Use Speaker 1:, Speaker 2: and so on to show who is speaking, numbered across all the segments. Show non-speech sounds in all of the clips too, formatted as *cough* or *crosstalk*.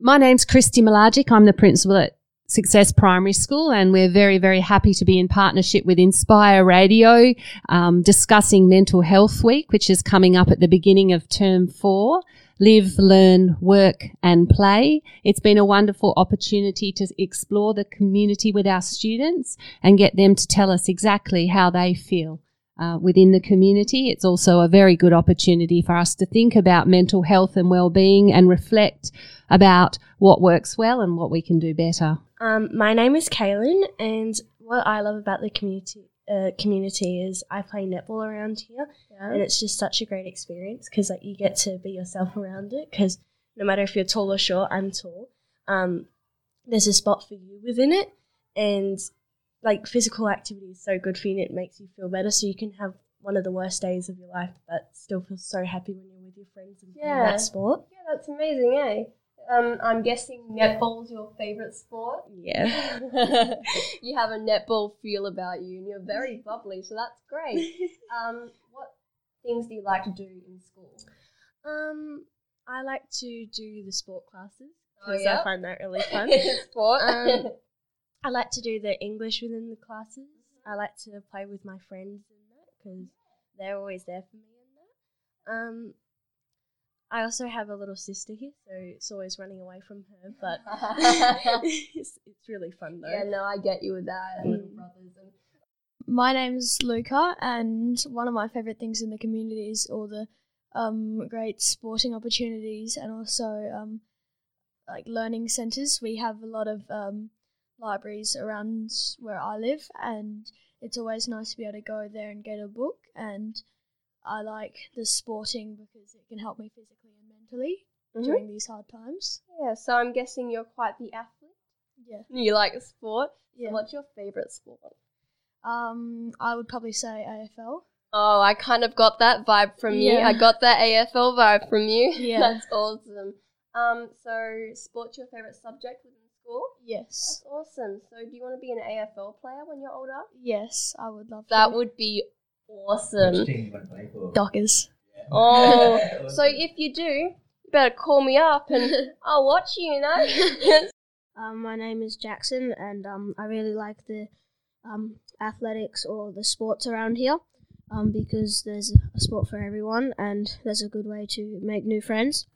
Speaker 1: My name's Christy Milagic. I'm the principal at Success Primary School, and we're very, very happy to be in partnership with Inspire Radio um, discussing Mental Health Week, which is coming up at the beginning of term four. Live, learn, work, and play. It's been a wonderful opportunity to explore the community with our students and get them to tell us exactly how they feel uh, within the community. It's also a very good opportunity for us to think about mental health and well-being and reflect about what works well and what we can do better.
Speaker 2: Um, my name is Kaylin, and what I love about the community uh, community is I play netball around here, and it's just such a great experience because like you get to be yourself around it. Because no matter if you're tall or short, I'm tall. Um, there's a spot for you within it, and like physical activity is so good for you. and It makes you feel better, so you can have one of the worst days of your life, but still feel so happy when you're with your friends and playing
Speaker 3: Yeah.
Speaker 2: that sport.
Speaker 1: *laughs*
Speaker 3: Yeah, that's amazing, eh? Um, I'm guessing netball's your favourite sport.
Speaker 2: Yeah.
Speaker 3: *laughs* you have a netball feel about you, and you're very bubbly, so that's
Speaker 2: *laughs*
Speaker 3: great. Um, what things do you like to do in school?
Speaker 2: Um, I like to do the sport classes
Speaker 3: Oh,
Speaker 2: because
Speaker 3: yeah?
Speaker 2: I find that really
Speaker 3: *laughs*
Speaker 2: fun.
Speaker 3: sport.
Speaker 2: Um, I like to do the English within the classes. I
Speaker 3: Mm-hmm.
Speaker 2: like to play with my friends in that because they're always there for me in that. Um, I also have a little sister here, so it's always running away from her,
Speaker 3: *laughs*
Speaker 2: but *laughs* it's, it's really fun though.
Speaker 3: yeah, no, I get you with that. and Little
Speaker 2: Mm.
Speaker 3: brothers and
Speaker 4: My name's Luca, and one of my favourite things in the community is all the um, great sporting opportunities and also um, like learning centres. We have a lot of um, libraries around where I live, and it's always nice to be able to go there and get a book. And I like the sporting because it can help me physically and mentally
Speaker 3: Mhm.
Speaker 4: during these hard times.
Speaker 3: yeah. So I'm guessing you're quite the athlete.
Speaker 4: Yeah,
Speaker 3: You like sport.
Speaker 4: yeah.
Speaker 3: What's your favourite sport?
Speaker 4: Um, I would probably say AFL.
Speaker 3: Oh, I kind of got that vibe from you.
Speaker 4: Yeah.
Speaker 3: I got that AFL vibe from you. *laughs*
Speaker 4: Yeah.
Speaker 3: That's awesome. Um, so sport's your favorite subject within school?
Speaker 4: Yes,
Speaker 3: That's awesome. So do you want to be an AFL player when you're older?
Speaker 4: yes, I would love
Speaker 3: That
Speaker 4: to.
Speaker 3: would be awesome.
Speaker 4: Dockers.
Speaker 3: *laughs* Oh, so if you do, you better call me up and
Speaker 4: *laughs*
Speaker 3: I'll watch you, you know?
Speaker 5: Um, my name is Jackson, and um, I really like the um, athletics or the sports around here um, because there's a sport for everyone, and there's a good way to make new friends.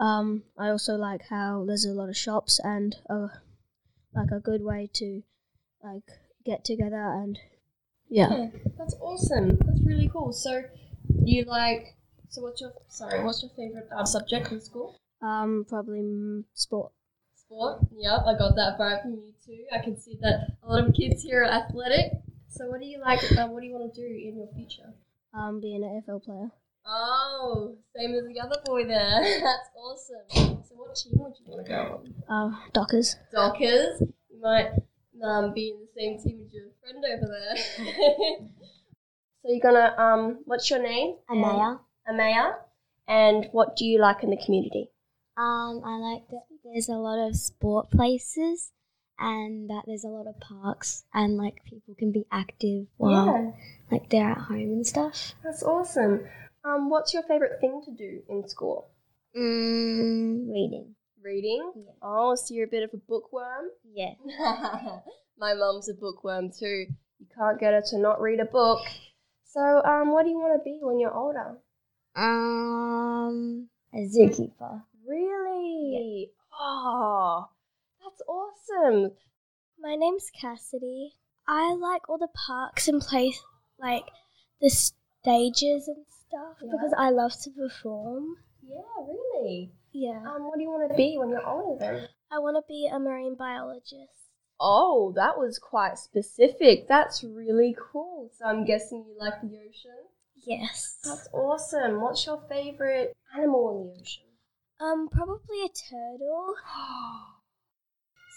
Speaker 5: Um, I also like how there's a lot of shops and a, like a good way to like get together and yeah.
Speaker 3: Yeah, that's awesome. That's really cool. So you like, so what's your, sorry, what's your favorite uh, subject in school?
Speaker 5: *laughs* Um, probably mm, sport.
Speaker 3: sport. Yep, I got that vibe from you too. I can see that a lot of kids here are athletic. So, what do you like? Um, what do you want to do in your future?
Speaker 5: Um, being an AFL player.
Speaker 3: Oh, same as the other boy there. *laughs* That's awesome. So, what team would you want to go on?
Speaker 5: Uh, Dockers.
Speaker 3: Dockers. You might um, be in the same team as your friend over there. *laughs* so, you're gonna um, what's your name?
Speaker 6: Amaya.
Speaker 3: Amaya. And what do you like in the community?
Speaker 6: Um, I like that there's a lot of sport places and that there's a lot of parks and like people can be active while
Speaker 3: Yeah,
Speaker 6: like they're at home and stuff.
Speaker 3: that's awesome. Um, what's your favorite thing to do in school?
Speaker 6: Mm, reading.
Speaker 3: Reading.
Speaker 6: Yeah.
Speaker 3: Oh, so you're a bit of a bookworm.
Speaker 6: Yeah.
Speaker 3: *laughs* My mum's a bookworm too. You can't get her to not read a book. So, um, what do you want to be when you're older?
Speaker 6: Um, a zookeeper.
Speaker 3: Really? Oh, that's awesome.
Speaker 7: My name's Cassidy. I like all the parks and place like the stages and stuff
Speaker 3: Yeah.
Speaker 7: because I love to perform.
Speaker 3: Yeah, really.
Speaker 7: Yeah.
Speaker 3: Um, what do you want to be when you're older then?
Speaker 7: I want to be a marine biologist.
Speaker 3: Oh, that was quite specific. That's really cool. So I'm guessing you like the ocean.
Speaker 7: Yes.
Speaker 3: That's awesome. What's your favorite animal in the ocean?
Speaker 7: Um probably a turtle.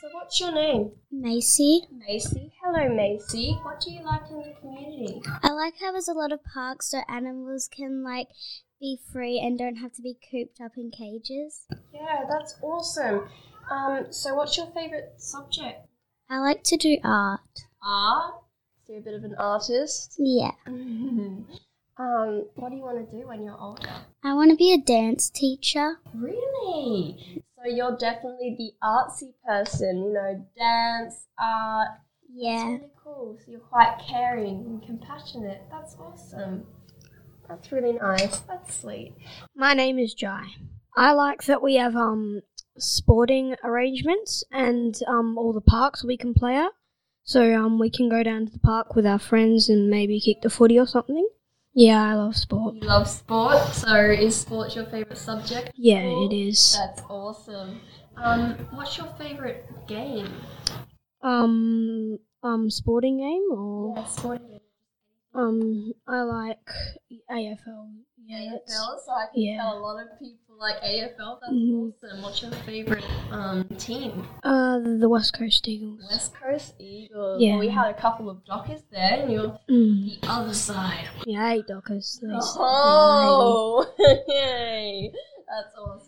Speaker 3: So what's your name?
Speaker 7: *gasps* Macy.
Speaker 3: Macy. Hello, Macy. What do you like in the community?
Speaker 7: I like how there's a lot of parks so animals can like be free and don't have to be cooped up in cages.
Speaker 3: Yeah, that's awesome. Um, so what's your favourite subject?
Speaker 7: I like to do art.
Speaker 3: Art. So you're a bit of an artist.
Speaker 7: Yeah.
Speaker 3: um, what do you want to do when you're older?
Speaker 7: I want to be a dance teacher.
Speaker 3: Really? So So you're definitely the artsy person, you know, dance, art. It's
Speaker 7: Yeah.
Speaker 3: really cool. So you're quite caring and compassionate. That's awesome. That's really nice. That's sweet.
Speaker 5: My name is Jai. I like that we have um sporting arrangements and um all the parks we can play at. So um we can go down to the park with our friends and maybe kick the footy or something. Yeah, I love sport.
Speaker 3: You love sport, so is sport your favorite subject?
Speaker 5: Yeah, it is.
Speaker 3: That's awesome. Um, what's your favorite game?
Speaker 5: Um um sporting game or
Speaker 3: Yeah, sporting game.
Speaker 5: um I like AFL. Yeah, that's-
Speaker 3: AFL. So I can
Speaker 5: yeah.
Speaker 3: tell a lot of people like AFL. That's
Speaker 5: Mhm.
Speaker 3: awesome. What's your favorite um team?
Speaker 5: uh the West Coast Eagles.
Speaker 3: West Coast Eagles.
Speaker 5: Yeah.
Speaker 3: We had a couple of dockers there, and you're
Speaker 5: Mm.
Speaker 3: the other side.
Speaker 5: Yeah, I hate Dockers. They suck.
Speaker 3: Oh, *laughs* yay! That's awesome.